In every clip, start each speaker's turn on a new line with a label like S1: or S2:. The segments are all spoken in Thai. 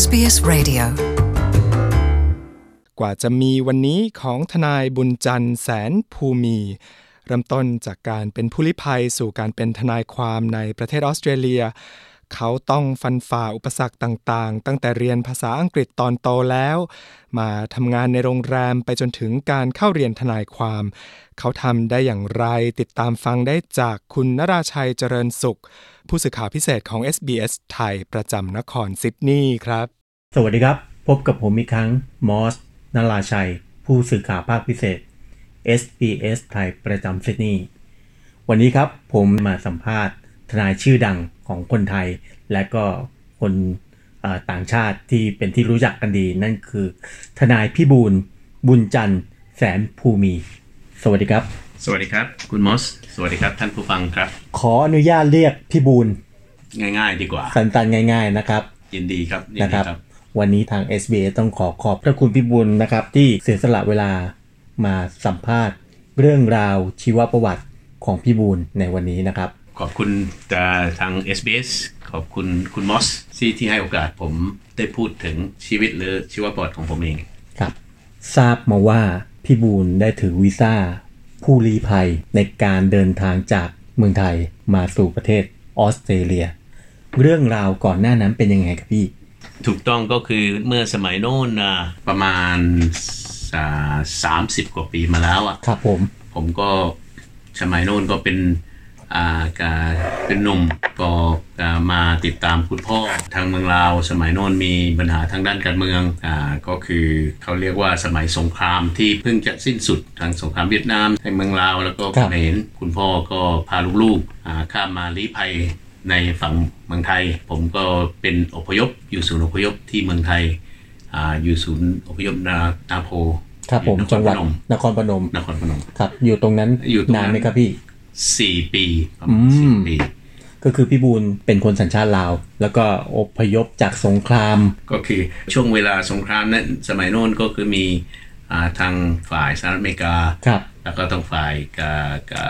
S1: SBS Radio
S2: กว่าจะมีวันนี้ของทนายบุญจันทร์แสนภูมี เริ่มต้นจากการเป็นผู้ลี้ภัยสู่การเป็นทนายความในประเทศออสเตรเลีย เขาต้องฟันฝ่าอุปสรรคต่างๆ ตั้งแต่เรียนภาษาอังกฤษตอนโตแล้ว มาทำงานในโรงแรมไปจนถึงการเข้าเรียนทนายความ เขาทำได้อย่างไรติดตามฟังได้จากคุณนราชัยเจริญสุข ผู้สื่อข่าวพิเศษของ SBS ไทยประจำนครซิดนีย์ครับ
S3: สวัสดีครับ พบกับผมอีกครั้งมอสนราชัย ผู้สื่อข่าวภาคพิเศษ SBS ไทยประจำซิดนีย์วันนี้ครับผมมาสัมภาษณ์ ทนายชื่อดังของคนไทย และก็คนเอ่อต่างชาติที่เป็นที่รู้จักกันดี นั่นคือ ทนายพี่บูลย์บุญจันทร์แสนภูมี สวัสดีครับ
S4: สวัสดีครับ คุณมอส สวัสดีครับ ท่านผู้ฟังครับ
S3: ขออนุญาตเรียกพี่บูลย์
S4: ง่ายๆดีกว่า
S3: สั้นๆง่าย ๆ นะครับ
S4: ยินดีครับยิ
S3: นะ
S4: ดี
S3: ครับวันนี้ทาง SBA ต้องขอขอบพระคุณพี่บุญนะครับ ที่เสียสละเวลามาสัมภาษณ์ เรื่องราวชีวประวัติของพี่บุญในวันนี้นะครับ
S4: ขอบคุณเอ่อทาง SBS ขอบคุณคุณมอสที่ที่ให้โอกาสผมได้พูดถึงชีวิตหรือชีวประวัติของผมเอง
S3: ครับ ทราบมาว่าพี่บุญได้ถือวีซ่า ผู้ลี้ภัยในการเดินทางจากเมืองไทยมาสู่ประเทศออสเตรเลีย เรื่องราวก่อนหน้านั้นเป็นยังไงครับพี่
S4: ถูกต้องก็คือเมื่อสมัยโน้นน่ะประมาณสามสิบกว่าปีมาแล้วอ่ะ
S3: ครับผม
S4: ผมก็สมัยโน้นก็เป็นอ่ากาเป็นหนุ่มก็อ่ามาติดตามคุณพ่อทางเมืองลาว สมัยโน้นมีปัญหาทางด้านการเมืองอ่าก็คือเขาเรียกว่าสมัยสงครามที่เพิ่งจะสิ้นสุดทางสงครามเวียดนามในเมืองลาวแล้วก็เขมรคุณพ่อก็พาลูกๆอ่าข้ามมาลี้ภัยในฝั่งเมืองไทย ผมก็เป็นอพยพอยู่ศูนย์อพยพที่เมืองไทยอ่าอยู่ศูนย์อพยพนานาโพ
S3: ครับผม
S4: อยู่นค
S3: จั
S4: รง
S3: ห
S4: พ
S3: วัด
S4: นม
S3: นครปนม
S4: นครพนม
S3: ครับ อยู่ตรงนั้น
S4: อยู่ตรงนั้
S3: นา
S4: น
S3: นไหมครับพี่
S4: สี่ปีประมาณสี่ปี
S3: ก็คือพี่บูลเป็นคนสัญชาติลาว แล้วก็อพยพจากสงคราม
S4: ก็คือช่วงเวลาสงครามนั้นสมัยโน้นก็คือมีอ่าทางฝ่ายสหรัฐอเมริกา
S3: ครับ
S4: แล้วก็ทางฝ่ายกากา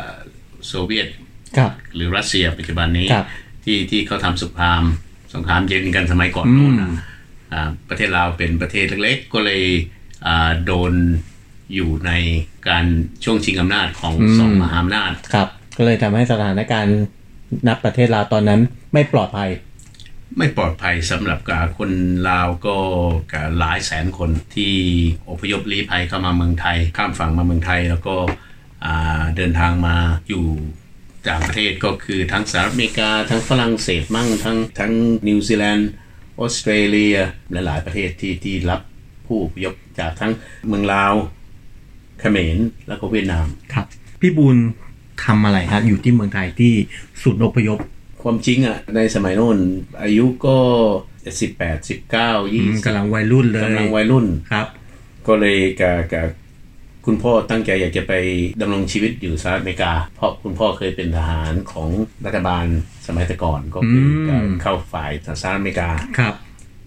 S4: โซเวียต
S3: ครับ
S4: หรือรัสเซียปัจจุบันนี้
S3: ครับ
S4: ที่ที่เขาทำสงครามสงครามเย็นกันสมัยก่อนโน้นนะอ่าประเทศลาวเป็นประเทศเล็กๆ ก็เลยอ่าโดนอยู่ในการช่วงชิงอำนาจของสองมหาอำนาจ
S3: ครับ ก็เลยทำให้สถานการณ์นับประเทศลาวตอนนั้นไม่ปลอดภัย
S4: ไม่ปลอดภัยสำหรับกาคนลาวก็กาหลายแสนคนที่อพยพลี้ภัยเข้ามาเมืองไทย ข้ามฝั่งมาเมืองไทย แล้วก็อ่าเดินทางมาอยู่ต่างประเทศก็คือทั้งสหรัฐอเมริกา ทั้งฝรั่งเศสมั่งทั้งทั้งนิวซีแลนด์ออสเตรเลียและหลายประเทศที่ที่รับผู้อพยพจากทั้งเมืองลาวเขมรแล้วก็เวียดนาม
S3: ครับ พี่บูลทำอะไรฮะอยู่ที่เมืองไทยที่ศูนย์อพยพ
S4: ความจริงอ่ะในสมัยโน้นอายุก็สิบแปดสิบเก้ายี่
S3: กำลังวัยรุ่นเลย
S4: กำลังวัยรุ่น
S3: ครับ
S4: ก็เลยกะกะคุณพ่อตั้งใจอยากจะไปดำรงชีวิตอยู่สหรัฐอเมริกา เพราะคุณพ่อเคยเป็นทหารของรัฐบาลสมัยแต่ก่อนก็คืออ
S3: ม
S4: เข้าฝ่ายสหรัฐอเมริกา
S3: ครับ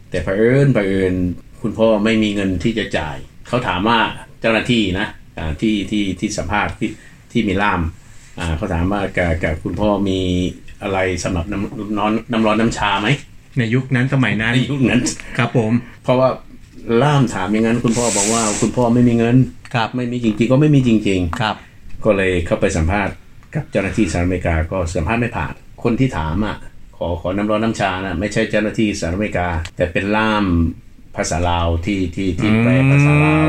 S4: แต่เผอิญเผอิญคุณพ่อไม่มีเงินที่จะจ่าย เขาถามว่าเจ้าหน้าที่นะอ่าที่ที่ที่สัมภาษณ์ที่ที่มีล่ามอ่าเขาถามว่ากับกับคุณพ่อมีอะไรสำหรับน้ำน้อนน้ำร้อนน้ำชาไหม
S3: ในยุคนั้นสมัยนั้น
S4: ในยุคนั้น
S3: ครับผม
S4: เพราะว่าล่ามถามอย่างนั้นคุณพ่อบอกว่าคุณพ่อไม่มีเงิน
S3: ครับ
S4: ไม่มีจริงๆก็ไม่มีจริง
S3: ครับ
S4: ๆ ก็เลยเข้าไปสัมภาษณ์กับเจ้าหน้าที่สหรัฐอเมริกาก็สัมภาษณ์ไม่ผ่าน คนที่ถามอ่ะขอขอน้ำร้อนน้ำชานะไม่ใช่เจ้าหน้าที่สหรัฐอเมริกา แต่เป็นล่ามภาษาลาวที่ที่ที่แปลภาษาลาว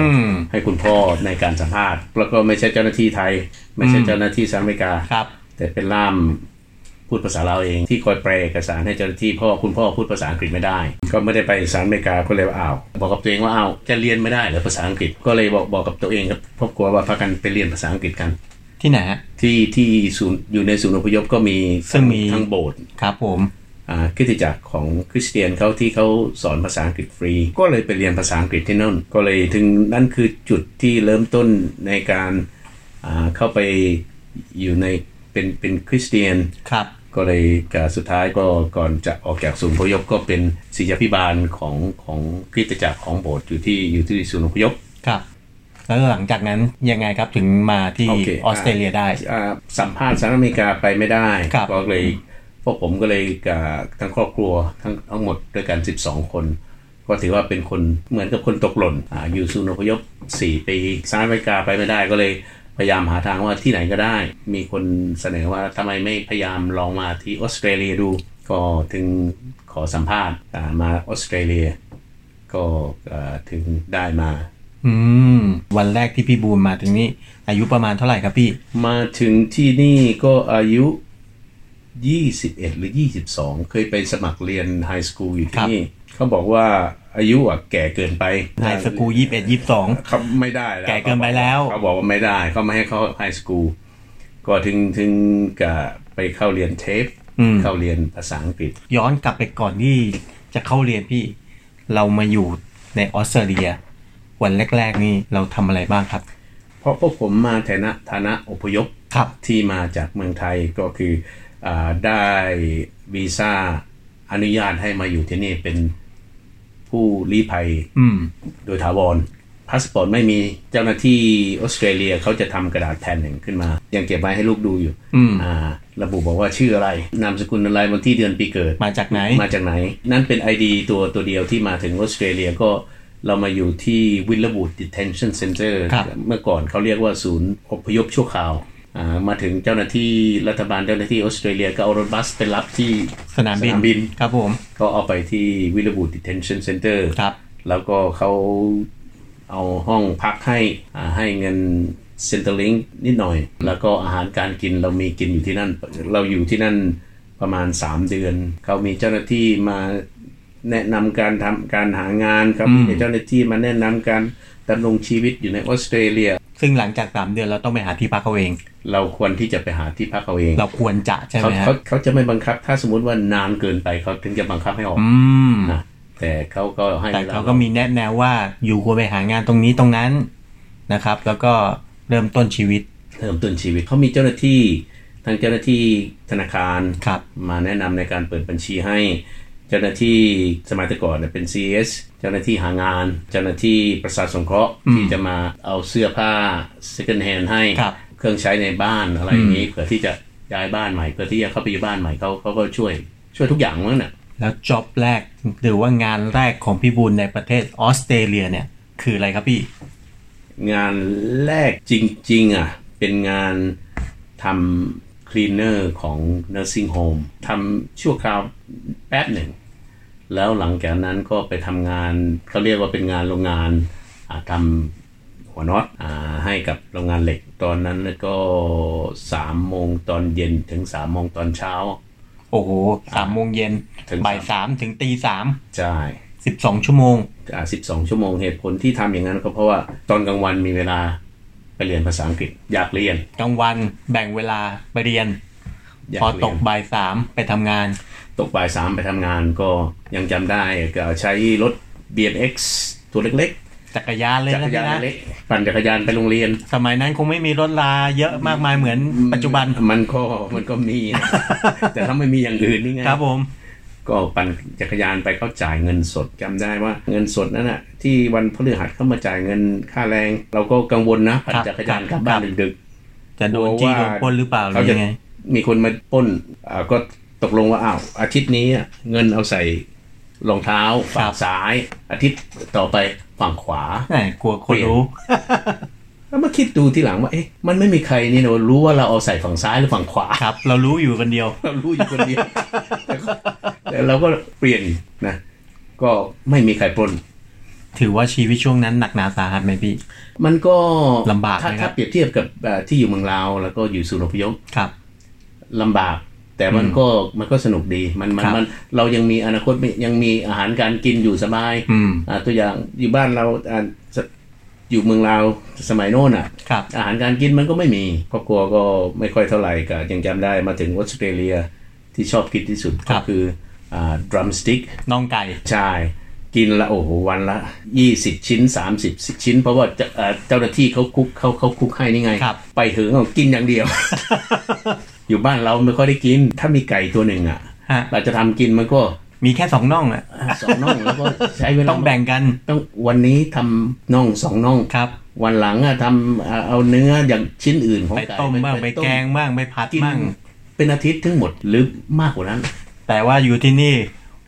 S4: ให้คุณพ่อในการสัมภาษณ์ แล้วก็ไม่ใช่เจ้าหน้าที่ไทย ไม่ใช่เจ้าหน้าที่สหรัฐอเมริกา
S3: ครับ
S4: แต่เป็นล่ามพูดภาษาลาวเองที่คอยแปลเอกสารให้เจ้าหน้าที่เพ่อคุณพ่อพูดภาษาอังกฤษไม่ได้ ก็ไม่ได้ไปสหรัฐอเมริกาก็เลยว่าอ้าวบอกกับตัวเองว่าอ้าวจะเรียนไม่ได้เหรือภาษาอังกฤษก็เลยบอกบอกกับตัวเองกับครอบครัวว่าพากันไปเรียนภาษาอังกฤษกัน
S3: ที่ไหนฮะ
S4: ที่ที่ศูนย์อยู่ในศูนย์อพยพก็มี
S3: ซึ่งมี
S4: ทั้งโบสถ์
S3: ครับผม
S4: อ่าคริสตจักรของคริสเตียนเขาที่เขาสอนภาษาอังกฤษฟรี ก็เลยไปเรียนภาษาอังกฤษที่นั่นก็เลยถึงนั่นคือจุดที่เริ่มต้นในการอ่าเข้าไปอยู่ในเป็นเป็นคริสเตียน
S3: ครับ
S4: ก็เลยกะสุดท้ายก็ก่อนจะออกจากศูนย์อพยพก็เป็นศิษยาภิบาลของของคริสตจักรของโบสถ์อยู่ที่อยู่ที่ศูนย์อพยพ
S3: ครับ แล้วหลังจากนั้นยังไงครับถึงมาที่
S4: โอเค
S3: ออสเตรเลียได้
S4: อ่าสัมภาษณ์สหรัฐอเมริกาไปไม่ได้
S3: ครับ
S4: ก็เลยพวกผมก็เลยกะทั้งครอบครัวทั้งทั้งหมดด้วยกัน 12 คน ก็ถือว่าเป็นคนเหมือนกับคนตกหล่นอาอยู่ศูนย์อพยพ4ปีสหรัฐอเมริกาไปไม่ได้ก็เลยพยายามหาทางว่าที่ไหนก็ได้ มีคนเสนอว่าทำไมไม่พยายามลองมาที่ออสเตรเลียดู ก็ถึงขอสัมภาษณ์อ่ามาออสเตรเลีย ก็อ่าถึงได้มา
S3: อืม วันแรกที่พี่บูมมาถึงนี่อายุประมาณเท่าไหร่ครับพี่
S4: มาถึงที่นี่ก็อายุ 21 หรือ 22 เคยไปสมัครเรียนไฮสคูลอยู่
S3: ครั
S4: ที่
S3: บ
S4: นี่ เขาบอกว่าอายุอ่ะแก่เกินไป
S3: ไฮสคูลยี่สิบเอ็ดยี่สิบสอง
S4: เขาไม่ได้แล้ว
S3: แก่เกินไปแล้ว
S4: เขาบอกว่าไม่ได้เขาไม่ให้เขาไฮสคูลก็ถึงถึงกับไปเข้าเรียนเทป เข้าเรียนภาษาอังกฤษ
S3: ย้อนกลับไปก่อนที่จะเข้าเรียนพี่ เรามาอยู่ในออสเตรเลีย วันแรก ๆ นี่เราทำอะไรบ้างครับ
S4: เพราะพวกผมมาฐานะฐานะอพยพ
S3: ครับ
S4: ที่มาจากเมืองไทยก็คืออาได้วีซ่าอนุญาตให้มาอยู่ที่นี่เป็นผู้ลี้ภัย
S3: อืม
S4: โดยถาวรพาสปอร์ตไม่มีเจ้าหน้าที่ออสเตรเลียเขาจะทำกระดาษแผ่นหนึ่งขึ้นมา ยังเก็บไว้ให้ลูกดูอยู่
S3: อืม
S4: อ่า ระบุบอกว่าชื่ออะไร นามสกุลอะไรวันที่เดือนปีเกิด
S3: มาจากไหน
S4: มาจากไหน นั่นเป็น ID ตัวตัวเดียวที่มาถึงออสเตรเลียก็เรามาอยู่ที่วิลเลบูด detention center
S3: ครับ
S4: เมื่อก่อนเขาเรียกว่าศูนย์อพยพชั่วคราวอ่ามาถึงเจ้าหน้าที่รัฐบาลเจ้าหน้าที่ออสเตรเลียก็เอารถบัสไปรับที่
S3: สนามบินครับผม
S4: ก็เอาไปที่วิลเลบูด detention center
S3: ครับ
S4: แล้วก็เขาเอาห้องพักให้อ่าให้เงินเซ็นเตอร์ลิงนิดหน่อย แล้วก็อาหารการกินเรามีกินอยู่ที่นั่น เราอยู่ที่นั่นประมาณ 3 เดือน เขามีเจ้าหน้าที่มาแนะนำการทำการหางานครับมีเจ้าหน้าที่มาแนะนำการดำรงชีวิตอยู่ในออสเตรเลีย
S3: ซึ่งหลังจากสามเดือนเราต้องไปหาที่พักเขาเอง
S4: เราควรที่จะไปหาที่พักเอาเอง
S3: เราควรจะใช่ไห
S4: เขา
S3: มฮะ
S4: เขาเขาจะไม่บังคับ ถ้าสมมติว่านานเกินไปเขาถึงจะบังคับให้ออก
S3: อืม
S4: นะแต่เขาก็ให้
S3: แต่
S4: วล
S3: เขาก็มีแนะแนวว่าอยู่ควรไปหางานตรงนี้ตรงนั้นนะครับ แล้วก็เริ่มต้นชีวิต
S4: เริ่มต้นชีวิตเขามีเจ้าหน้าที่ทางเจ้าหน้าที่ธนาคาร
S3: ครับ
S4: มาแนะนำในการเปิดบัญชีให้ เจ้าหน้าที่สมัยแต่ก่อนเนี่ยเป็น CS เจ้าหน้าที่หางาน เจ้าหน้าที่ประสาทสงเคราะห์ที่จะมาเอาเสื้อผ้า second hand ให้
S3: ครับ
S4: เครื่องใช้ในบ้านอะไรอย่างนี้เพื่อที่จะย้ายบ้านใหม่เพื่อที่จะเข้าไปอยู่บ้านใหม่เขาเขาก็ช่วยช่วยทุกอย่างมั้งน่ะ
S3: แล้วจ็อบแรกหรือว่างานแรกของพี่บุญในประเทศออสเตรเลียเนี่ย คืออะไรครับพี่
S4: งานแรกจริง ๆอ่ะเป็นงานทำคลีนเนอร์ของ nursing home ทำชั่วคราวแป๊บหนึ่ง แล้วหลังจากนั้นก็ไปทำงานเขาเรียกว่าเป็นงานโรงงานอ่าทำหัวน็อตอ่าให้กับโรงงานเหล็ก ตอนนั้นก็สามโมงตอนเย็นถึงสามโมงตอนเช้า
S3: โอ้โหสามโมงเย็น
S4: ถึง
S3: บ่ายสามถึงตีสาม
S4: ใช่
S3: สิบสองชั่วโมง
S4: สิบสองชั่วโมงเหตุผลที่ทำอย่างนั้นก็เพราะว่าตอนกลางวันมีเวลาไปเรียนภาษาอังกฤษ อยากเรียน
S3: กลางวันแบ่งเวลาไปเรียน
S4: ยา
S3: พอ
S4: เรียน
S3: ตกบ่ายสามไปทำงาน
S4: ตกบ่ายสามไปทำงานก็ยังจำได้ก็ใช้รถ BMX ตัวเล็ก
S3: จักรยานเลย
S4: ๆ จัก
S3: นะ
S4: รยา
S3: พี่
S4: น
S3: นะ
S4: เล็กๆปั่นจักรยานไปโรงเรียน
S3: สมัยนั้นคงไม่มีรถลาเยอะมากมายเหมือนปัจจุบัน
S4: มันก็มันก็ มีนะ แต่ถ้าไม่มีอย่างอื่นนี่ไง
S3: ครับผม
S4: ก็ปั่นจักรยานไปเขาจ่ายเงินสดจำได้ว่าเงินสดนั่นน่ะที่วันพฤหัสเข้ามาจ่ายเงินค่าแรง เราก็กังวลนะปั่นจักรยานกลับบ้าน
S3: ครับ
S4: ดึก
S3: จะ
S4: ๆ
S3: โด
S4: กลัวน
S3: จี้
S4: ว่า
S3: โดนปล้นหรือเปล่าห
S4: เขา
S3: รือ
S4: จะ
S3: ยังไง
S4: มีคนมาปล้นอ่าก็ตกลงว่าอ้าวอาทิตย์นี้อ่ะเงินเอาใส่รองเท้าฝั่
S3: ค
S4: ง
S3: รับ
S4: ซ้าย อาทิตย์ต่อไปฝั่งขวา
S3: แหม่กลัวคนรู้
S4: แล้วมาคิดดูทีหลังว่า เอ๊ะ มันไม่มีใครนี่นะรู้ว่าเราเอาใส่ฝั่งซ้ายหรือฝั่งขวา
S3: ครับ เรารู้อยู่คนเดียว
S4: เรารู้อยู่คนเดียวแต่ก็แต่เราก็เปลี่ยนนะ ก็ไม่มีใครปล้น
S3: ถือว่าชีวิตช่วงนั้นหนักหนาสาหัสไหมพี่
S4: มันก็
S3: ลำบากไหม
S4: ถ้า
S3: ครั
S4: ถ้า
S3: บ
S4: เปรียบเทียบกับเอ่อที่อยู่เมืองลาวแล้วก็อยู่ศูนย์อพยพ
S3: ครับ
S4: ลำบาก แต่มันก็มันก็สนุกดี มันมัน
S3: ครับ
S4: มันเรายังมีอนาคตมียังมีอาหารการกินอยู่สบาย
S3: อืม
S4: อ่าตัวอย่างอยู่บ้านเราอ่าสอยู่เมืองลาวสมัยโน่นอ่ะ
S3: ครับ
S4: อาหารการกินมันก็ไม่มีครอบครัวก็ไม่ค่อยเท่าไหร่ก็ยังจำได้มาถึงออสเตรเลียที่ชอบกินที่สุด
S3: ครั
S4: ก็
S3: บ
S4: คือดรัมสติ๊ก
S3: น้องไก่
S4: ใช่กินละโอ้โหวันละ 20 ชิ้น 30 ชิ้น เพราะว่าเจ้าอ่าเจ้าหน้าที่เขาคุกเขาเขาคุกให้นี่ไง
S3: ครับ
S4: ไปถึงก็กินอย่าง เดียว อยู่บ้านเราไม่ค่อยได้กิน ถ้ามีไก่ตัวหนึ่งอ่ะ
S3: ฮะ
S4: เราจะทำกินมันก็
S3: มีแค่สองน่องอ่ะ
S4: สองน่องแล้วก็ใช้เวลา
S3: ต้องแบ่งกัน
S4: ต้องวันนี้ทำน่องสองน่อง
S3: ครับ
S4: วันหลังอะทำเอาเอาเนื้ออย่างชิ้นอื่นของ
S3: ไป
S4: ไก่
S3: ต้มบ้างไป
S4: ต้
S3: แกงบ้างไปผัด
S4: กิน
S3: บ้าง
S4: เป็นอาทิตย์ทั้งหมดหรือมากกว่านั้น
S3: แต่ว่าอยู่ที่นี่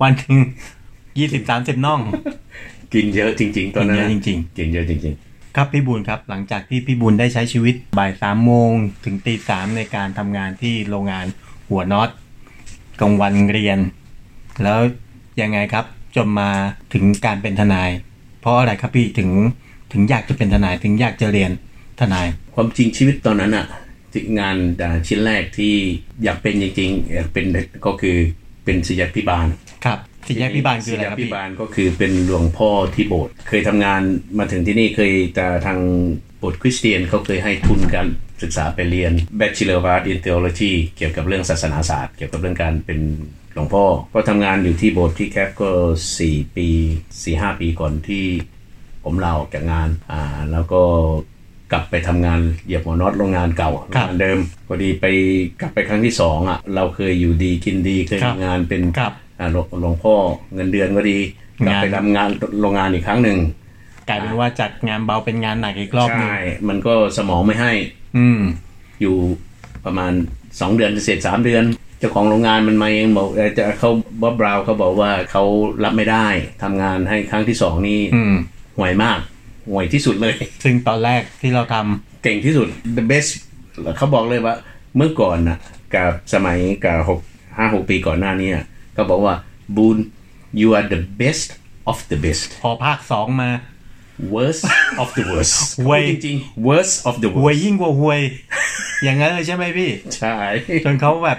S3: วันหนึ่งยี่สิบสามสิบน่อง
S4: กินเยอะจริง ๆ ตอนนั้น
S3: กินเยอะจริง
S4: ๆกินเยอะจริง
S3: ครับพี่บุญครับหลังจากที่พี่บุญได้ใช้ชีวิตบ่ายสามโมงถึงตีสามในการทำงานที่โรงงานหัวน็อตกลางวันเรียน แล้วยังไงครับจนมาถึงการเป็นทนาย เพราะอะไรครับพี่ถึงถึงอยากจะเป็นทนายถึงอยากจะเรียนทนาย
S4: ๆ ความจริงชีวิตตอนนั้นอะที่งานอ่าชิ้นแรกที่อยากเป็นจริงๆอยากเป็นก็คือเป็นศิษยาพิบาล
S3: ครับสี่แยกพิบาลคืออะไรครับ
S4: ศิ
S3: พี่
S4: ยาภิบาลก็คือเป็นหลวงพ่อที่โบสถ์เคยทำงานมาถึงที่นี่เคยแต่ทางโบสถ์คริสเตียนเขาเคยให้ทุนการศึกษาไปเรียน Bachelor of Arts in Theology เกี่ยวกับเรื่องศาสนาศาสตร์ เกี่ยวกับเรื่องการเป็นหลวงพ่อ ก็ทำงานอยู่ที่โบสถ์ที่แคปก็ 4 ปี 4-5 ปีก่อนที่ผมลาออกจากงานอ่าแล้วก็กลับไปทำงานเหยียบหัวน็อตโรงงานเก่าโรงงานเดิมพอดีไปกลับไปครั้งที่สองอ่ะเราเคยอยู่ดีกินดีเคยทำงานเป็น
S3: ครับ
S4: อ่าหลวงหลวงพ่อเงินเดือนก็ดีกลับไป
S3: งาน
S4: ทำงานโรงงานอีกครั้งหนึ่ง
S3: กลายเป็นว่าจัดงานเบาเป็นงานหนักอีกรอบหนึง
S4: ใช่มันก็สมองไม่ให้
S3: อืม
S4: อยู่ประมาณ 2 เดือนเสร็จสามเดือน เจ้าของโรงงานมันมาเองบอกเอ่อจะเขาบ๊อบบราวเขาบอกว่าเขารับไม่ได้ทำงานให้ครั้งที่สองนี่
S3: อืม
S4: ห่วยมากห่วยที่สุดเลย
S3: ซึ่งตอนแรกที่เราทำ
S4: เก่งที่สุด the best เขาบอกเลยว่าเมื่อก่อนนะกับสมัยกับหกห้าหกปีก่อนหน้านี้อะเขาบอกว่าบูน you are the best of the best
S3: พอภาคสองมา
S4: worst of the worst
S3: ห่วย
S4: จริงๆ worst of the
S3: หวย
S4: worst
S3: ยิ่งกว่าหวย อย่างนั้นเลยใช่ไหมพี่
S4: ใช่
S3: จนเขาแบบ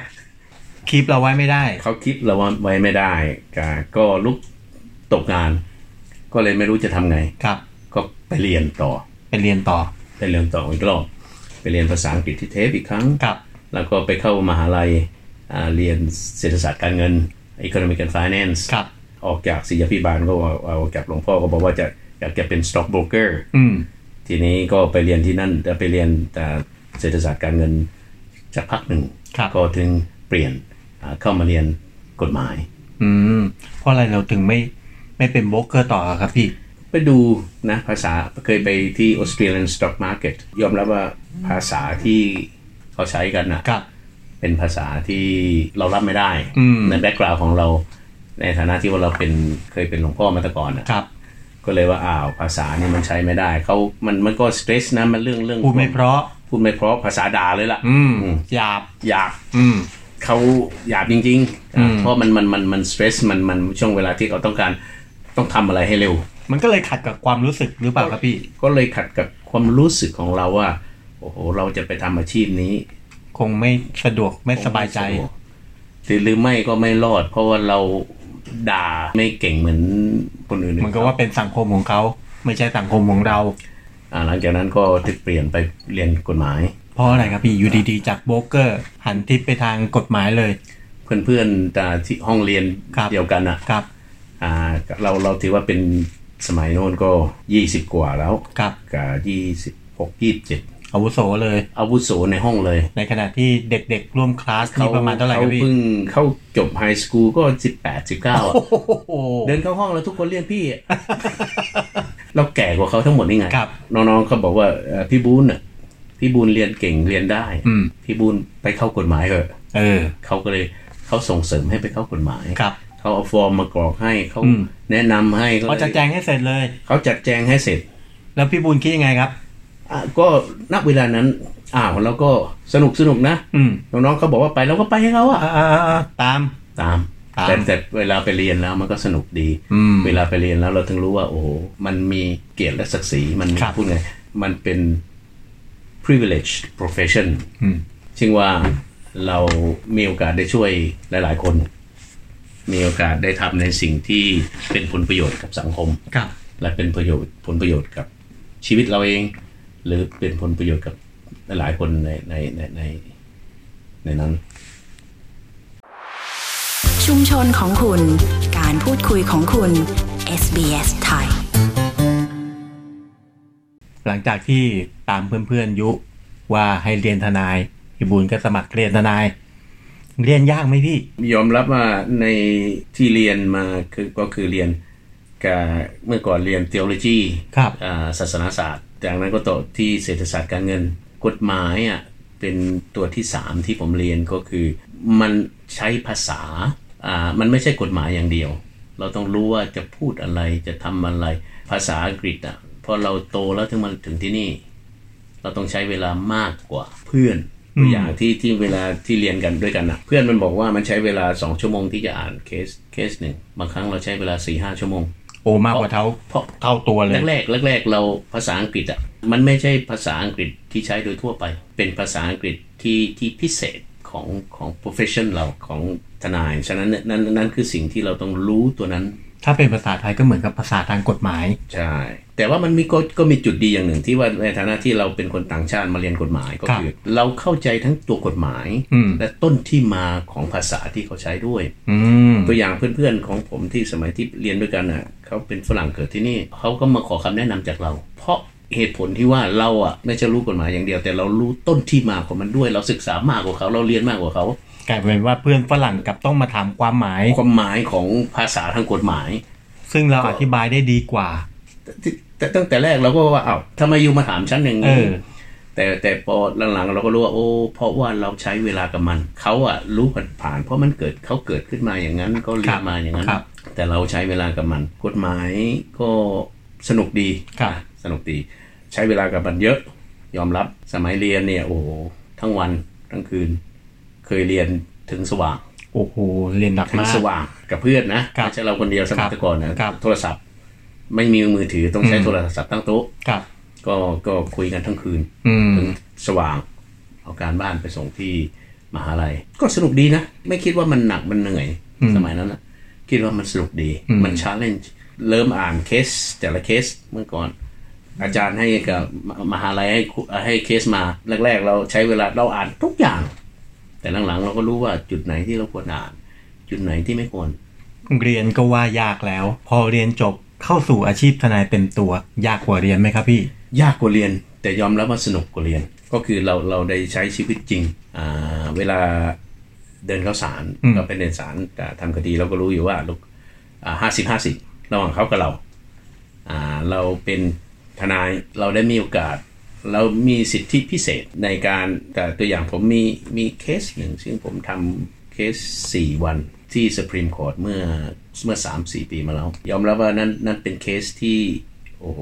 S3: คีบเราไว้ไม่ได้
S4: เขาคิดเราไว้ไม่ได้ก็ก็ลุกตกงาน ก็เลยไม่รู้จะทำไง
S3: ครับ
S4: ก็ไปเรียนต่อ
S3: ไปเรียนต่อ
S4: ไปเรียนต่ออีกรอบไปเรียนภาษาอังกฤษที่เทปอีกครั้ง
S3: ครับ
S4: แล้วก็ไปเข้ามหาลัยอ่าเรียนเศรษฐศาสตร์การเงิน economic and finance
S3: ครับ
S4: ออกจากศิลปิบาลก็ว่าออกจากหลวงพ่อก็บอกว่าจะอยากจะเป็น stock broker
S3: อืม
S4: ทีนี้ก็ไปเรียนที่นั่นแต่ไปเรียนแต่เศรษฐศาสตร์การเงินสักพักหนึ่ง
S3: ครับ
S4: ก็ถึงเปลี่ยนอ่าเข้ามาเรียนกฎหมาย
S3: อืม เพราะอะไรเราถึงไม่ไม่เป็นโบรกเกอร์ต่อครับพี่
S4: ไปดูนะภาษาเคยไปที่ Australian Stock Market ยอมรับว่าภาษาที่เขาใช้กันน่ะ
S3: ครับ
S4: เป็นภาษาที่เรารับไม่ได้
S3: อืม
S4: ในแบ็กกราวของเรา ในฐานะที่ว่าเราเป็นเคยเป็นหลวงพ่อมาแต่ก่อนน่ะ
S3: ครับ
S4: ก็เลยว่าอ้าวภาษานี่มันใช้ไม่ได้เขามันมันก็สเตรสนะมันเรื่องเรื่อง
S3: พูดไม่เพราะ
S4: พูดไม่เพราะภาษาด่าเลยล่ะ
S3: อืม
S4: อืม
S3: หยาบ
S4: อยาก
S3: อืม
S4: เขาหยาบจริงๆอ่ะเพราะมันมันมันมันสเตรสมันมันช่วงเวลาที่เขาต้องการต้องทำอะไรให้เร็ว
S3: มันก็เลยขัดกับความรู้สึกหรือเปล่าครับพี่
S4: ก็เลยขัดกับความรู้สึกของเราว่า โอ้โห เราจะไปทำอาชีพนี้
S3: คงไม่สะดวกไม่สบายใจ
S4: หรือหรือไม่ก็ไม่รอด เพราะว่าเราด่าไม่เก่งเหมือนคนอื่น
S3: เหมือนกับว่าเป็นสังคมของเขา ไม่ใช่สังคมของเรา
S4: อ่ะหลังจากนั้นก็ถึงเปลี่ยนไปเรียนกฎหมาย
S3: เพราะอะไรครับพี่อยู่ดีๆจากโบรกเกอร์ หันทิศไปทางกฎหมายเลย
S4: เพื่อนๆแต่ที่ห้องเรียน
S3: ครับ
S4: เดียวกันอ่ะ
S3: ครับ
S4: อ่าเราเราถือว่าเป็นสมัยโน้นก็ยี่สิบกว่าแล้ว
S3: ครับ
S4: กับยี่สิบหกยี่สิบเจ็ด
S3: อาวุโสเลย
S4: อาวุโสในห้องเลย
S3: ในขณะที่เด็กๆ ร่วมคลาสนี่ประมาณเท่าไหร่ครับ
S4: เขา
S3: พี่
S4: เพิ่งเข้าจบไฮสคูลก็สิบแปดสิบเก้า
S3: โอ้โห
S4: เดินเข้าห้องแล้วทุกคนเรียกพี่ อะ เราแก่กว่าเขาทั้งหมดนี่ไง
S3: ครับ
S4: น้องๆเขาบอกว่าเอ่อพี่บูนน่ะพี่บูนเรียนเก่งเรียนได้
S3: อืม
S4: พี่บูนไปเข้ากฎหมายเถอะ
S3: เออ
S4: เขาก็เลยเขาส่งเสริมให้ไปเข้ากฎหมาย
S3: ครับ
S4: เขาเอาฟอร์มมากรอกให้เขา
S3: อืม
S4: แนะนำให้ก็ลย
S3: เขาจะแจงให้เสร็จเลย
S4: เขาจัดแจงให้เสร็จ
S3: แล้วพี่บุญคิดยังไงครับ
S4: อ่ะก็นักเวลานั้นอ้าวแล้วก็สนุกสนุกนะ
S3: อืม
S4: น้องๆเขาบอกว่าไปเราก็ไปให้เขาอะ
S3: อ่าๆๆตาม
S4: ตาม
S3: ตาม
S4: แต่แต่เวลาไปเรียนแล้วมันก็สนุกดี
S3: อืม
S4: เวลาไปเรียนแล้วเราถึงรู้ว่าโอ้โหมันมีเกียรติและศักดิ์ศรีมันมี
S3: ครับ
S4: พูดไง มันเป็น privilege profession ซึ่งว่าเรามีโอกาสได้ช่วยหลาย ๆ คน มีโอกาสได้ทำในสิ่งที่เป็นผลประโยชน์กับสังคม
S3: ครับ
S4: และเป็นประโยชน์ผลประโยชน์กับชีวิตเราเอง หรือเป็นผลประโยชน์กับหลายๆคนในในในในในนั้น
S1: ชุมชนของคุณ การพูดคุยของคุณ SBS ไทย
S3: หลังจากที่ตามเพื่อนๆยุว่าให้เรียนทนายพี่บุญก็สมัครเรียนทนาย เรียนยากไหมพี่
S4: ยอมรับว่าในที่เรียนมาคือก็คือเรียนกับเมื่อก่อนเรียน theology
S3: ครับ
S4: อ่าศาสนาศาสตร์ จากนั้นก็ต่อที่เศรษฐศาสตร์การเงินกฎหมายอ่ะเป็นตัวที่สามที่ผมเรียนก็คือ มันใช้ภาษาอ่ามันไม่ใช่กฎหมายอย่างเดียว เราต้องรู้ว่าจะพูดอะไรจะทำอะไรภาษาอังกฤษอ่ะเพราะเราโตแล้วถึงมันถึงที่นี่ เราต้องใช้เวลามากกว่าเพื่อนตัวอย่างที่ที่เวลาที่เรียนกันด้วยกันนะเพื่อนมันบอกว่ามันใช้เวลาสองชั่วโมงที่จะอ่านเคสเคสหนึ่งบางครั้งเราใช้เวลาสี่ห้าชั่วโมง
S3: โอ้มากกว่าเท่า
S4: เพราะ
S3: เท่าตัวเลย
S4: แรกๆแรกๆเราภาษาอังกฤษอ่ะมันไม่ใช่ภาษาอังกฤษที่ใช้โดยทั่วไป เป็นภาษาอังกฤษที่ที่พิเศษของของ profession เราของทนายฉะนั้นเนี่ยนั่นนั่นคือสิ่งที่เราต้องรู้ตัวนั้น
S3: ถ้าเป็นภาษาไทยก็เหมือนกับภาษาทางกฎหมาย
S4: ใช่ แต่ว่ามันมีก็ก็มีจุดดีอย่างหนึ่งที่ว่าในฐานะที่เราเป็นคนต่างชาติมาเรียนกฎหมายก็
S3: ครับ
S4: คือ เราเข้าใจทั้งตัวกฎหมาย
S3: อืม
S4: และต้นที่มาของภาษาที่เขาใช้ด้วย
S3: อืม
S4: ตัวอย่างเพื่อนๆของผมที่สมัยที่เรียนด้วยกันน่ะเขาเป็นฝรั่งเกิดที่นี่เขาก็มาขอคำแนะนำจากเรา เพราะเหตุผลที่ว่าเราอ่ะไม่ใช่รู้กฎหมายอย่างเดียว แต่เรารู้ต้นที่มาของมันด้วย เราศึกษามากกว่าเขาเราเรียนมากกว่าเขา
S3: กลายเป็นว่าเพื่อนฝรั่งกลับต้องมาถามความหมาย
S4: ความหมายของภาษาทางกฎหมาย
S3: ซึ่งเราอธิบายได้ดีกว่า
S4: แต่แต่ตั้งแต่แรกเราก็ว่าอ้าวทำไมอยู่มาถามฉันอย่าง
S3: เอ
S4: นี้
S3: อ
S4: แต่แต่พอหลังๆ เราก็รู้ว่าโอ้เพราะว่าเราใช้เวลากับมันเขาอะรู้ผ่านๆเพราะมันเกิดเขาเกิดขึ้นมาอย่างนั้นเขาเรียนมาอย่างนั้น
S3: ครับ
S4: แต่เราใช้เวลากับมัน กฎหมายก็สนุกดี
S3: ครับ
S4: สนุกดีใช้เวลากับมันเยอะ ยอมรับสมัยเรียนเนี่ยโอ้โหทั้งวันทั้งคืน เคยเรียนถึงสว่าง
S3: โอ้โห เรียนหนัก
S4: ถึง
S3: มาก
S4: สว่างกับเพื่อนนะครับ ไม่ใช่เราคนเดียวส
S3: ค
S4: มัย
S3: รับ
S4: แต่ก่อนนะครับ โทรศัพท์ ไม่มีมือถือต้องใช้
S3: อืม
S4: โทรศัพท์ตั้งโต๊ะ
S3: ครับ
S4: ก็ก็คุยกันทั้งคืน
S3: อืม
S4: ถึงสว่าง เอาการบ้านไปส่งที่มหาลัย ก็สนุกดีนะ ไม่คิดว่ามันหนักมันเหนื่อยสมัยนั้นนะคิดว่ามันสนุกดีมันชาเลนจ์เริ่มอ่านเคสแต่ละเคสเมื่อก่อน อาจารย์ให้กับมมหาลัยให้คุให้เคสมาแรก ๆ เราใช้เวลาเราอ่านทุกอย่าง แต่หลังๆ เราก็รู้ว่าจุดไหนที่เราควรอ่าน จุดไหนที่ไม่ควร
S3: เรียนก็ว่ายากแล้ว พอเรียนจบเข้าสู่อาชีพทนายเต็มตัว ยากกว่าเรียนไหมครับพี่
S4: ยากกว่าเรียนแต่ยอมรับว่าสนุกกว่าเรียน ก็คือเราเราได้ใช้ชีวิตจริงอ่าเวลาเดินเข้าศาล
S3: อืม
S4: ก็เป็นเดินศาลแต่ทำคดีเราก็รู้อยู่ว่าลูกห้าสิบห้าสิบระหว่างเขากับเราอ่าเราเป็นทนายเราได้มีโอกาส เรามีสิทธิพิเศษในการแต่ตัวอย่างผมมีมีเคสหนึ่ง ซึ่งผมทำเคส 4 วันที่ Supreme Court เมื่อเมื่อ 3-4 ปีมาแล้ว ยอมรับว่านั้นนั้นเป็นเคสที่โอ้โห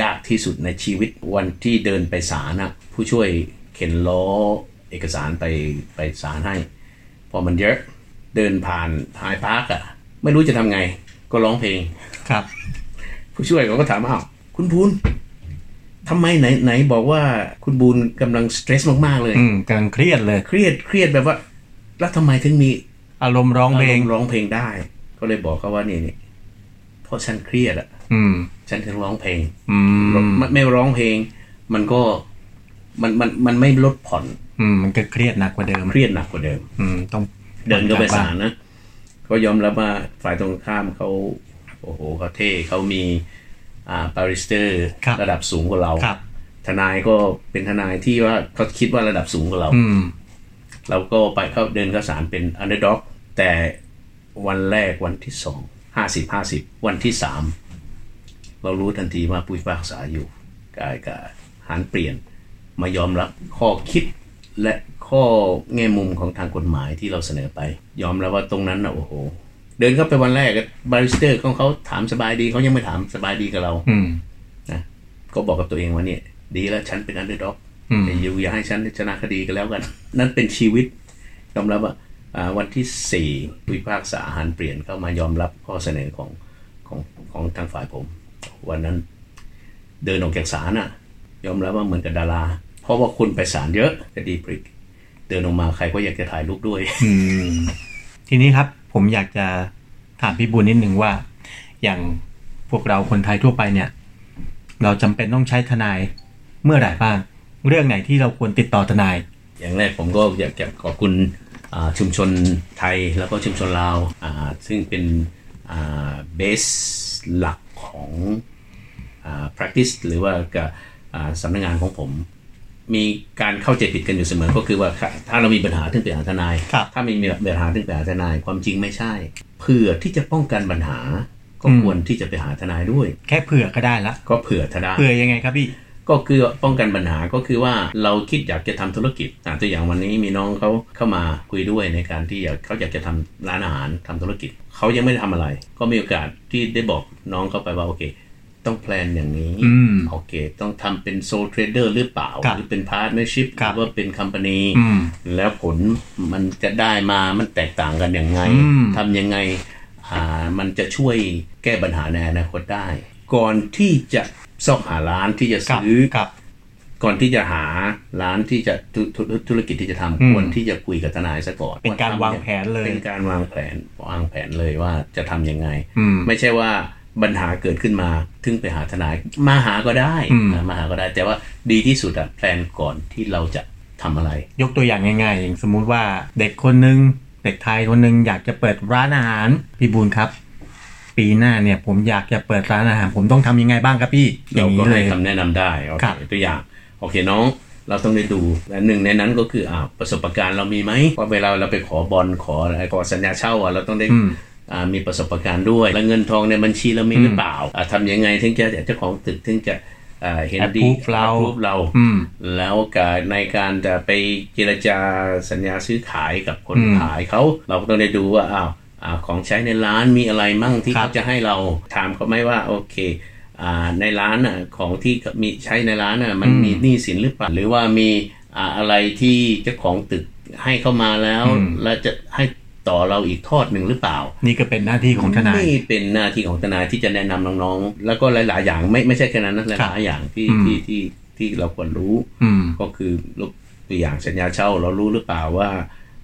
S4: ยากที่สุดในชีวิตวันที่เดินไปศาลนะผู้ช่วยเข็นล้อเอกสารไปไปศาลให้ เพอมันเยอะเดินผ่านไฮพาร์คอะไม่รู้จะทำไงก็ร้องเพลง
S3: ครับ
S4: ผู้ช่วยเขาก็ถามอ้าวคุณบูนทำไมไหนไหนบอกว่าคุณบูนกำลังสเตรสมาก ๆ เลย
S3: อืมกำลังเครียดเลย
S4: เครียดเครียดแบบว่า แล้วทำไมถึงมี
S3: อารมณ์ร้องเพลง
S4: อารมณ์ร้องเพลงได้ ก็เลยบอกเขาว่าเนี่ยเนี่ยเพราะฉันเครียดอะ
S3: อืม
S4: ฉันถึงร้องเพลง
S3: อืม
S4: ไม่ไม่ร้องเพลง มันก็มันมันมันไม่ลดผ่อน
S3: อืม มันก็เครียดหนักกว่าเดิม
S4: เครียดหนักกว่าเดิม
S3: อืม ต้อง
S4: เดินก็ไปศาลนะก็ยอมรับว่าฝ่ายตรงข้ามเขาโอ้โหเขาเท่เขามีอ่าบาริสเตอร์
S3: ครับ
S4: ระดับสูงกว่าเรา
S3: ครับ
S4: ทนายก็เป็นทนายที่ว่าเขาคิดว่าระดับสูงกว่าเรา
S3: อืม
S4: เราก็ไปเข้าเดินเข้าศาลเป็นอันเดอร์ด็อก แต่วันแรกวันที่สองห้าสิบห้าสิบวันที่สามเรารู้ทันทีว่าผู้พิพากษาอยู่กายกาหันเปลี่ยน มายอมรับข้อคิดและข้อแง่มุมของทางกฎหมายที่เราเสนอไป ยอมรับว่าตรงนั้นนะโอ้โห เดินเข้าไปวันแรกบาริสเตอร์ของเขาถามสบายดีเขายังไม่ถามสบายดีกับเรา
S3: อืม
S4: นะก็บอกกับตัวเองว่าเนี่ย ดีแล้วฉันเป็นอันเดอร์ด็อก
S3: อืม
S4: แต่อยู่อย่าให้ฉันชนะคดีกันแล้วกัน นั่นเป็นชีวิตยอมรับว่าอ่าวันที่สี่วิพากษาหารเปลี่ยนเข้ามายอมรับข้อเสนอของของของทางฝ่ายผม วันนั้นเดินออกจากศาลน่ะ ยอมรับว่าเหมือนกับดารา เพราะว่าคนไปศาลเยอะคดีพลิกเดินออกมาใครก็อยากจะถ่ายรูปด้วย
S3: อืม ทีนี้ครับผมอยากจะถามพี่บุญนิดนึงว่า อย่างพวกเราคนไทยทั่วไปเนี่ย เราจำเป็นต้องใช้ทนายเมื่อไหร่บ้าง เรื่องไหนที่เราควรติดต่อทนาย
S4: อย่างแรกผมก็อยากจะขอบคุณอ่าชุมชนไทยแล้วก็ชุมชนลาวอ่าซึ่งเป็นเบสหลักของอา practice หรือว่ากับอ่าสำนักงานของผม มีการเข้าใจผิดกันอยู่เสมอ ก็คือว่าค่ะถ้าเรามีปัญหาถึงไปหาทนาย
S3: ครับ
S4: ถ้าไม่มีปัญหาถึงไปหาทนาย ความจริงไม่ใช่ เพื่อที่จะป้องกันปัญหา ก็ควรที่จะไปหาทนายด้วย
S3: แค่เผื่อก็ได้ละ
S4: ก็เผื่อทนาย
S3: เผื่อยังไงครับพี่
S4: ก็คือป้องกันปัญหาก็คือว่าเราคิดอยากจะทำธุรกิจอ่ะตัวอย่างวันนี้มีน้องเขาเข้ามาคุยด้วยในการที่อยากเขาอยากจะทำร้านอาหารทำธุรกิจเขายังไม่ได้ทำอะไร ก็มีโอกาสที่ได้บอกน้องเขาไปว่าโอเค ต้องแพลนอย่างนี้
S3: อืม
S4: โอเค ต้องทำเป็นโซลเทรดเดอร์หรือเปล่า
S3: ครับ
S4: หรือเป็นพาร์ทเนอร์ชิพห
S3: ครั
S4: รื
S3: บ
S4: อว่าเป็นคัมปานี
S3: อืม
S4: แล้วผลมันจะได้มามันแตกต่างกันยังไง
S3: อืม
S4: ทำยังไงอ่ามันจะช่วยแก้ปัญหาในอนาคตได้ ก่อนที่จะซอกหาร้านที่จะ
S3: กับ
S4: ซื้อ
S3: กับ
S4: ก่อนที่จะหาร้านที่จะธุธุธุธุรกิจที่จะทำ
S3: อืม
S4: ควรที่จะคุยกับทนายซะก่อน
S3: เป็นการ
S4: ทำ
S3: วางแผนเลย
S4: เป็นการวางแผนวางแผนเลยว่าจะทำยังไง
S3: อืม
S4: ไม่ใช่ว่าปัญหาเกิดขึ้นมาถึงไปหาทนายมาหาก็ได้
S3: อืม
S4: มาหาก็ได้ แต่ว่าดีที่สุดอะแพลนก่อนที่เราจะทำอะไร
S3: ยกตัวอย่างง่ายๆ อย่างสมมุติว่าเด็กคนหนึ่งเด็กไทยคนหนึ่งอยากจะเปิดร้านอาหาร พี่บูลครับ ปีหน้าเนี่ยผมอยากจะเปิดร้านอาหาร ผมต้องทำยังไงบ้างครับพี่ อ
S4: เรา
S3: ย่าง
S4: ก็
S3: นี้เล
S4: ให้
S3: ย
S4: คำแนะนำได้โอ
S3: ครั
S4: เค
S3: บ
S4: ตัวอย่างโอเคน้องเราต้องได้ดูและหนึ่งในนั้นก็คืออ่าประสบการณ์เรามีไหมว่าเวลาเราไปขอบอลขออะไรขอสัญญาเช่าอ่ะเราต้องได้
S3: อืม
S4: อ่ามีประสบการณ์ด้วย และเงินทองในบัญชีเรามีหรือเปล่าอ่าทำยังไงถึงจะเจ้าของตึกถึงจะอ่าเห็นดี
S3: Approve เรา
S4: approve เรา
S3: อืม
S4: แล้วก็ในการจะไปเจรจาสัญญาซื้อขายกับคน
S3: อืม
S4: ขายเขา เราก็ต้องได้ดูว่าอ้าวอาของใช้ในร้านมีอะไรมั่งที่
S3: ครับ
S4: เขาจะให้เราถามเขาไหมว่าโอเคอาในร้านน่ะของที่มีใช้ในร้านน่ะมันมีหนี้สินหรือเปล่าหรือว่ามีอาอะไรที่เจ้าของตึกให้เข้ามาแล้ว
S3: อืม
S4: แล้วจะให้ต่อเราอีกทอดหนึ่งหรือเปล่า
S3: นี่ก็เป็นหน้าที่ของทนาย
S4: นี่เป็นหน้าที่ของทนายที่จะแนะนำน้องๆ แล้วก็หลาย ๆ อย่างไม่ไม่ใช่แค่นั้นนะห
S3: ครับ
S4: ลายๆอย่างที่
S3: อืม
S4: ที่ที่ที่เราควรรู้
S3: อืม
S4: ก็คือยกตัวอย่างสัญญาเช่าเรารู้หรือเปล่าว่า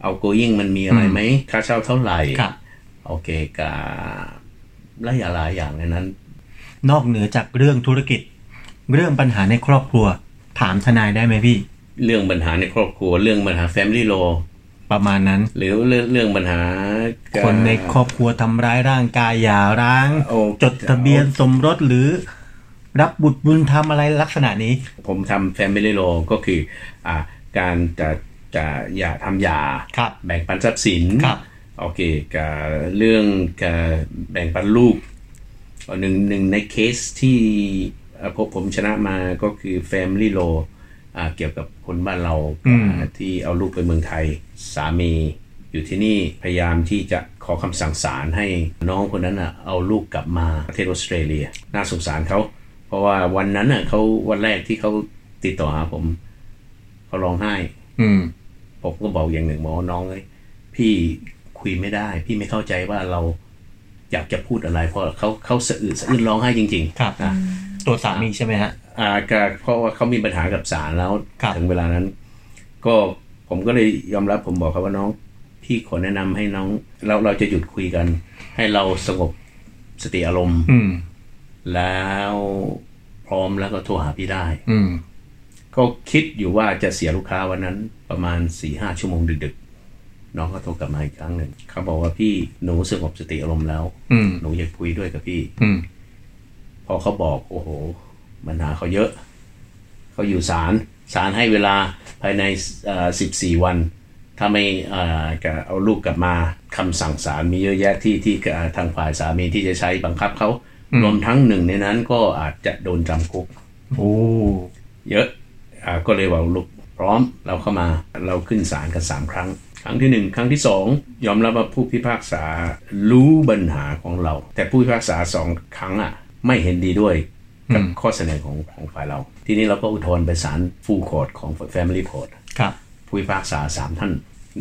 S4: เอาโกยิ่งมันมีอะไรไหมค่าเช่าเท่าไหร่
S3: ครับ
S4: โอเคกับหลายอย่างหลายอย่างในนั้น
S3: นอกเหนือจากเรื่องธุรกิจ เรื่องปัญหาในครอบครัว ถามทนายได้ไหมพี่
S4: เรื่องปัญหาในครอบครัว เรื่องปัญหา Family Law
S3: ประมาณนั้น
S4: หรือเรื่องเรื่องปัญหากับ
S3: คนในครอบครัวทำร้ายร่างกายหย่าร้าง
S4: โอ้
S3: จดทะเบียนสมรสหรือ รับบุตรบุญธรรมอะไรลักษณะนี้
S4: ผมทำ Family Law ก็คืออ่าการจะจะอย่าทำหยา
S3: ครับ
S4: แบ่งปันทรัพย์สิน
S3: ครับ
S4: โอเคกับเรื่องกับแบ่งปันลูก หนึ่งหนึ่งในเคสที่เอ่อพบผมชนะมาก็คือ Family Law อ่าเกี่ยวกับคนบ้านเรา
S3: อืม
S4: อ่าที่เอาลูกไปเมืองไทย สามีอยู่ที่นี่พยายามที่จะขอคำสั่งศาลให้น้องคนนั้นอ่ะเอาลูกกลับมาประเทศออสเตรเลีย น่าสงสารเขา เพราะว่าวันนั้นอ่ะเขาวันแรกที่เขาติดต่อหาผมเขาร้องไห้
S3: อืม
S4: ผมก็บอกอย่างหนึ่งหมอกว่าน้องเลยพี่คุยไม่ได้ พี่ไม่เข้าใจว่าเราอยากจะพูดอะไร เพราะเขาเขาสะอึดสะอื้นร้องไห้จริง
S3: ครับ
S4: อ่ะ
S3: ตัวสามีใช่ไหมฮะ
S4: ๆอ่าก็เพราะว่าเขามีปัญหากับศาลแล้ว
S3: ครับ
S4: ถึงเวลานั้น ก็ผมก็เลยยอมรับผมบอกเขาว่าน้อง พี่ขอแนะนำให้น้อง เราเราจะหยุดคุยกัน ให้เราสงบสติอารมณ์
S3: อืม
S4: แล้วพร้อมแล้วก็โทรหาพี่ได้
S3: อืม
S4: ก็คิดอยู่ว่าจะเสียลูกค้าวันนั้นประมาณสี่ห้าชั่วโมงดึกๆ น้องก็โทรกลับมาอีกครั้งหนึ่งเขาบอกว่าพี่หนูสงบสติอารมณ์แล้ว
S3: อืม
S4: หนูอยากคุยด้วยกับพี่
S3: อืม
S4: พอเขาบอกโอ้โหปัญหาเขาเยอะ เขาอยู่ศาลศาลให้เวลาภายในสิบสี่อ14 วัน ถ้าไม่เอ่อก็เอาลูกกลับมาคำสั่งศาลมีเยอะแยะที่ที่เอ่อทางฝ่ายสามีที่จะใช้บังคับเขา
S3: อืม
S4: รวมทั้งหนึ่งในนั้นก็อาจจะโดนจำคุก
S3: โอ้
S4: เยอะอาก็เลยว่าลูกพร้อมเราเข้ามาเราขึ้นศาลกันสามครั้ง ครั้งที่หนึ่งครั้งที่สองยอมรับว่าผู้พิพากษารู้ปัญหาของเรา แต่ผู้พิพากษาสองครั้งอ่ะไม่เห็นดีด้วยกับ
S3: อืม
S4: ข้อเสนอของของฝ่ายเรา ทีนี้เราก็อุทธรณ์ไปศาลฟูลคอร์ดของ Family Court
S3: ครับ
S4: ผู้พิพากษาสามท่าน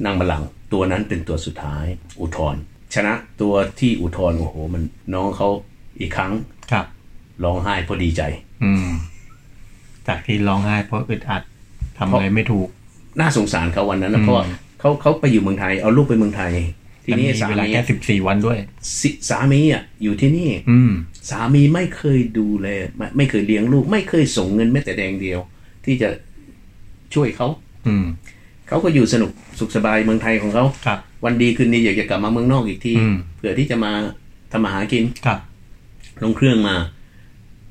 S4: นั่งบัลลังก์ตัวนั้นเป็นตัวสุดท้าย อุทธรณ์ชนะตัวที่อุทธรณ์โอ้โหมันน้องเขาอีกครั้ง
S3: ครับ
S4: ร้องไห้เพราะดีใจ
S3: อืม จากที่ร้องไห้เพราะอึดอัดทำอะไรไม่ถูก
S4: น่าสงสารเขาวันนั้นนะเพราะว่าเขาเขาไปอยู่เมืองไทย เอาลูกไปเมืองไทย ที
S3: และ
S4: นี้
S3: มี
S4: สา
S3: เวลา
S4: มี
S3: แค่สิบสี่วันด้วย
S4: สิสามีอ่ะอยู่ที่นี่
S3: อืม
S4: สามีไม่เคยดูแลไม่ไม่เคยเลี้ยงลูก ไม่เคยส่งเงินแม้แต่แดงเดียว ที่จะช่วยเขา
S3: อืม
S4: เขาก็อยู่สนุกสุขสบายเมืองไทยของเขา
S3: ครับ
S4: วันดีคืนดีอยากจะกลับมาเมืองนอกอีกที
S3: อืม
S4: เผื่อที่จะมาทำมาหากิน
S3: ครับ
S4: ลงเครื่องมา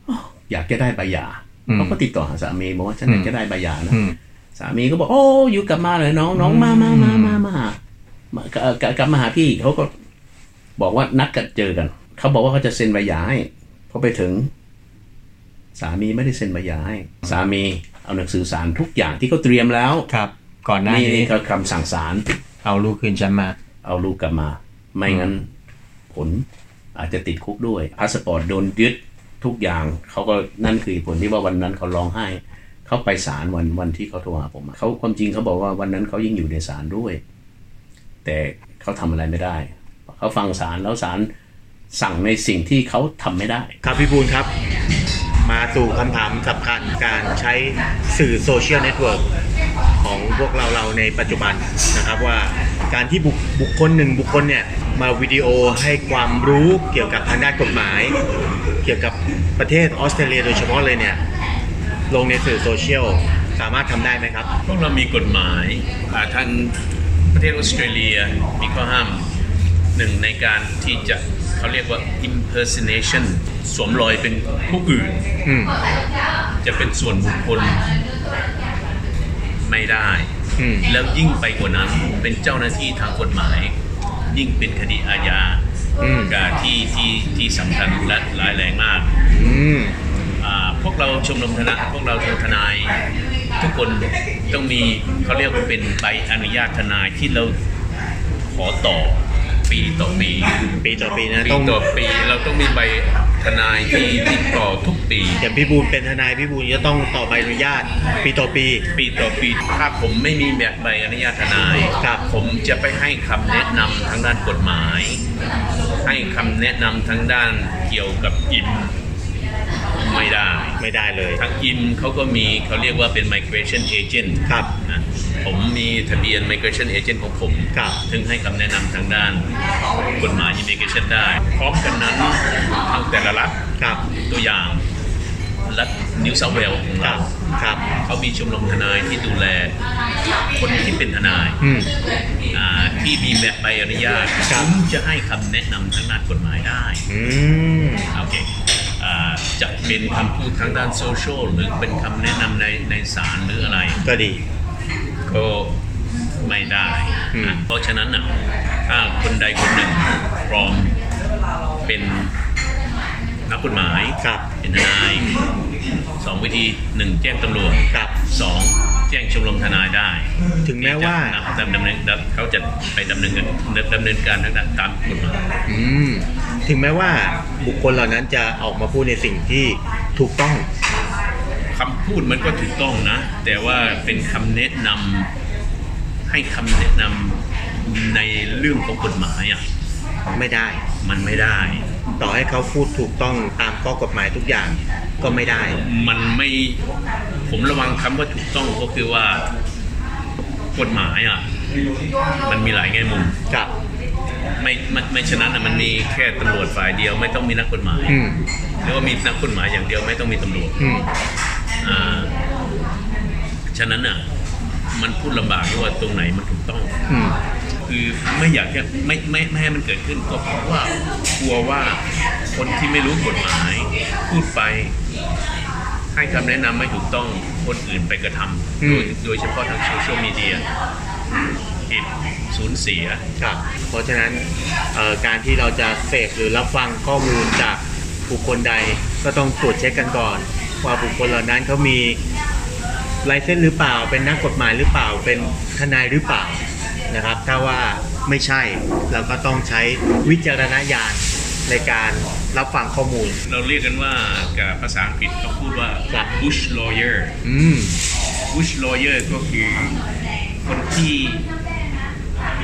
S4: อ้าวอยากจะได้ใบหย่า
S3: อืม
S4: เขาก็ติดต่อหาสามีบอกว่าฉันอยากจะได้ใบหย่านะ
S3: อืม
S4: สามีก็บอกโอ้อยู่กลับมาเลยน้องน้องมามามามามามาเอ่อกลับกลับมาหาพี่เขาก็บอกว่านัดกันเจอกัน เขาบอกว่าเขาจะเซ็นใบหย่าให้พอไปถึง สามีไม่ได้เซ็นใบหย่าให้ สามีเอาหนังสือสารทุกอย่างที่เขาเตรียมแล้ว
S3: ครับ ก่อนหน้า
S4: นี่
S3: นี้
S4: นี่คือคำสั่งศาล
S3: เอาลูกคืนฉันมา
S4: เอาลูกกลับมา ไม่งั้นผลอาจจะติดคุกด้วยพาสปอร์ตโดนยึดทุกอย่างเขาก็นั่นคือผลที่ว่าวันนั้นเขาร้องไห้เขาไปศาลวันวันที่เขาโทรหาผมอะเขาความจริงเขาบอกว่าวันนั้นเขายังอยู่ในศาลด้วย แต่เขาทำอะไรไม่ได้เขาฟังศาลแล้วศาลสั่งในสิ่งที่เขาทำไม่ได้
S5: ครับพี่บูลครับ มาสู่คำถามสำคัญการใช้สื่อโซเชียลเน็ตเวิร์กของพวกเราเราในปัจจุบันนะครับว่าการที่บุคบคคลหนึ่งบุคคลเนี่ย มาวิดีโอให้ความรู้เกี่ยวกับทางด้านกฎหมาย เกี่ยวกับประเทศออสเตรเลียโดยเฉพาะเลยเนี่ย ลงในสื่อโซเชียลสามารถทำได้ไหมครับ
S4: พวกเรามีกฎหมายอ่าทางประเทศออสเตรเลียมีข้อห้ามหนึ่งในการที่จะเขาเรียกว่า impersonation สวมรอยเป็นผู้อื่น
S5: อืม
S4: จะเป็นส่วนบุคคลไม่ได้
S5: อืม
S4: แล้วยิ่งไปกว่านั้นเป็นเจ้าหน้าที่ทางกฎหมาย ยิ่งเป็นคดีอาญาการที่ที่ที่สำคัญและร้ายแรงมาก
S5: อืม
S4: อ่าพวกเราชมรมทนายพวกเราชมรมทนาย ทุกคนต้องมีเขาเรียกว่าเป็นใบอนุญาตทนายที่เราขอต่อปีต่อปี
S5: ปีต่อปีนะ
S4: ปี
S5: ต้อง
S4: ต่อปีเราต้องมีใบทนายที่ที่ต่อทุกปี
S5: อย่างพี่บูลเป็นทนายพี่บูลจะต้องต่อใบอนุญาต ปีต่อปี
S4: ปีต่อปีถ้าผมไม่มีแบบใบอนุญาตทนาย
S5: ครับ
S4: ผมจะไปให้คำแนะนำทางด้านกฎหมาย ให้คำแนะนำทางด้านเกี่ยวกับอิมไม่ได้
S5: ไม่ได้เลย
S4: ทางอินเขาก็มีเขาเรียกว่าเป็น migration agent
S5: ครับ
S4: นะผมมีทะเบียน migration agent ของผม
S5: ครับ
S4: ถึงให้คำแนะนำทางด้านกฎหมาย immigration ได้ พร้อมกันนั้นทางแต่ละรัฐ
S5: ครับ
S4: ตัวอย่างรัฐนิวเซาเวลของ
S5: ครั
S4: เรา
S5: บครับ
S4: เขามีชมรมทนายที่ดูแล คนที่เป็นทนาย
S5: อืม
S4: อ่าที่มีแบบใบอนุญาต
S5: ครับ
S4: ถึงจะให้คำแนะนำทางด้านกฎหมายได้
S5: อืม
S4: โอเคอ่าจะเป็นคำพูดทางด้านโซเชียลหรือเป็นคำแนะนำในในศาลหรืออะไร
S5: ก็ดี
S4: ก็ไม่ได้
S5: อืม
S4: นะเพราะฉะนั้นน่ะถ้าคนใดคนหนึ่งปลอมเป็นนักกฎหมาย
S5: ครับ
S4: เป็นทนายสองวิธีหนึ่งแจ้งตำรวจ
S5: ครับ
S4: สองแจ้งชมรมทนายได้
S5: ถึงแม้ว่า
S4: ที่จะนำดำเนินเขาจะไปดำเนินการดำเนินการทางด้านตามกฎหมาย
S5: อืม ถึงแม้ว่าบุคคลเหล่านั้นจะออกมาพูดในสิ่งที่ถูกต้อง
S4: คำพูดมันก็ถูกต้องนะ แต่ว่าเป็นคำแนะนำให้คำแนะนำในเรื่องของกฎหมายอ่ะ
S5: ไม่ได้
S4: มันไม่ได้
S5: ต่อให้เขาพูดถูกต้องตามข้อกฎหมายทุกอย่าง ก็ไม่ได้
S4: มันไม่ผมระวังคำว่าถูกต้องก็คือว่ากฎหมายอ่ะมันมีหลายแง่มุม
S5: ครับ
S4: ไม่ไม่ไม่ฉะนั้นอ่ะมันมีแค่ตำรวจฝ่ายเดียว ไม่ต้องมีนักกฎหมาย
S5: อืม
S4: หรือว่ามีนักกฎหมายอย่างเดียวไม่ต้องมีตำรวจ
S5: อืม
S4: อ่าฉะนั้นอ่ะ มันพูดลำบากด้วยว่าตรงไหนมันถูกต้อง
S5: อืม
S4: คือไม่อยากจะไม่ไม่ไม่ให้มันเกิดขึ้นก็เพราะว่ากลัวว่าคนที่ไม่รู้กฎหมาย พูดไป ให้คำแนะนำไม่ถูกต้องคนอื่นไปกระทำ
S5: อื
S4: โด
S5: ม
S4: ยโดยเฉพาะทางโซเชียลมีเดียผิดสูญเสีย
S5: ครับ เพราะฉะนั้นเอ่อการที่เราจะเสพหรือรับฟังข้อมูลจากบุคคลใดก็ต้องตรวจเช็คกันก่อน ว่าบุคคลเหล่านั้นเขามีไลเซนส์หรือเปล่า เป็นนักกฎหมายหรือเปล่า เป็นทนายหรือเปล่านะครับ ถ้าว่าไม่ใช่เราก็ต้องใช้วิจารณญาณในการรับฟังข้อมูล
S4: เราเรียกกันว่ากับภาษาอังกฤษเขาพูดว่า
S5: ครับ
S4: bush lawyer
S5: อืม
S4: บุชลอเยอร์ก็คือคนที่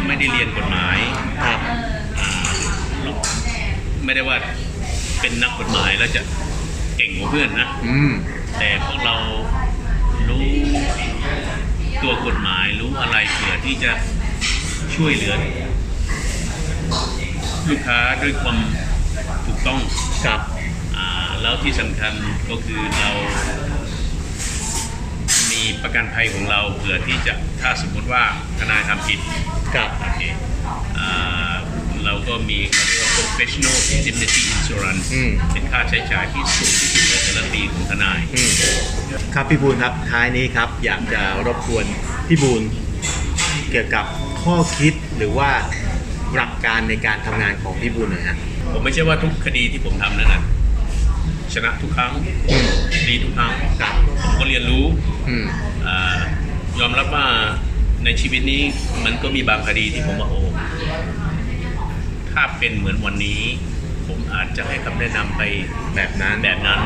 S4: ไม่ได้เรียนกฎหมาย
S5: ครับ
S4: ไม่ได้ว่าเป็นนักกฎหมายแล้วจะเก่งกว่าเพื่อนนะ
S5: อืม
S4: แต่พวกเรารู้ตัวกฎหมายรู้อะไรเผื่อที่จะช่วยเหลือ ลูกค้าด้วยความถูกต้อง
S5: ครับ
S4: อ่าแล้วที่สำคัญก็คือเรา มีประกันภัยของเราเผื่อที่จะถ้าสมมติว่าทนายทำผิด
S5: ครับ
S4: โอเคอ่าเราก็มีเขาเรียกว่า professional indemnity insurance
S5: อืม
S4: เป็นค่าใช้จ่ายที่สูงที่สุดในแต่ละปีของทนาย
S5: อืมครับพี่บูลครับท้ายนี้ครับ อยากจะรบกวนพี่บูลเกี่ยวกับข้อคิดหรือว่าหลักการในการทำงานของพี่บูลหน่อยฮะ
S4: ผมไม่ใช่ว่าทุกคดีที่ผมทำนั้นนะ
S6: ชนะทุกครั้งดีทุกครั้งผมก็เรียนรู้
S5: อืม
S6: อายอมรับว่าในชีวิตนี้มันก็มีบางคดีที่ผมว่าโอ้ถ้าเป็นเหมือนวันนี้ ผมอาจจะให้คำแนะนำไป
S5: แบบนั้น
S6: แบบนั้น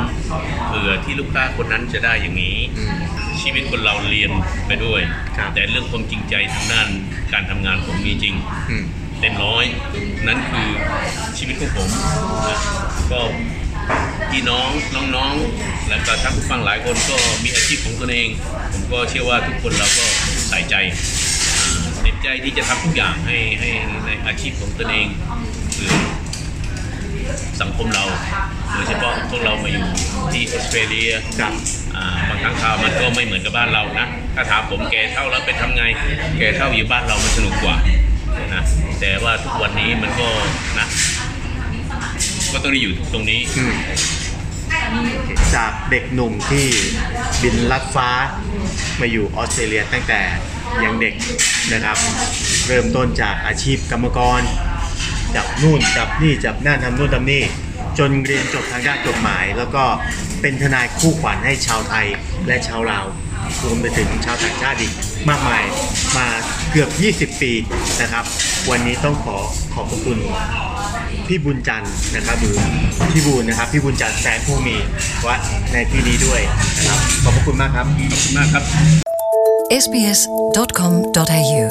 S6: เผื่อที่ลูกค้าคนนั้นจะได้อย่างนี้
S5: อืม
S6: ชีวิตคนเราเรียนไปด้วย
S5: ครับ
S6: แต่เรื่องความจริงใจทางด้านการทำงานผมมีจริง
S5: อืม
S6: เต็มร้อยนั่นคือชีวิตของผมนะก็พี่น้องน้องๆ แล้วก็ท่านผู้ฟังหลายคนก็มีอาชีพของตนเอง ผมก็เชื่อว่าทุกคนเราก็ใส่ใจอ่าเต็มใจที่จะทำทุกอย่างให้ให้ในอาชีพของตนเองคือสังคมเรา โดยเฉพาะพวกเรามาอยู่ที่ออสเตรเลีย
S5: ครับ
S6: อ่าบางครั้งข่าวมันก็ไม่เหมือนกับบ้านเรานะ ถ้าถามผมแก่เท่าแล้วเป็นทำไง แก่เท่าอยู่บ้านเรามันสนุกกว่านะแต่ว่าทุกวันนี้มันก็นะ ก็ต้องได้อยู่ตรงนี้
S5: อืมจากเด็กหนุ่มที่บินลัดฟ้ามาอยู่ออสเตรเลียตั้งแต่ยังเด็กนะครับ เริ่มต้นจากอาชีพกรรมกร จับนู่นจับนี่จับนั่นทำนู่นทำนี่ จนเรียนจบทางด้านกฎหมาย แล้วก็เป็นทนายคู่ขวัญให้ชาวไทยและชาวลาวรวมไปถึงชาวต่างชาติอีกมากมายมาเกือบ 20 ปีนะครับ วันนี้ต้องขอขอบพระคุณ พี่บุญจันทร์นะครับหรือพี่บูญนะครับพี่บุญจันทร์แสนผู้มีวัดในที่นี้ด้วยนะครับขอบพระคุณมากครับ
S6: ขอบคุณมากครับ
S7: sbs.com.au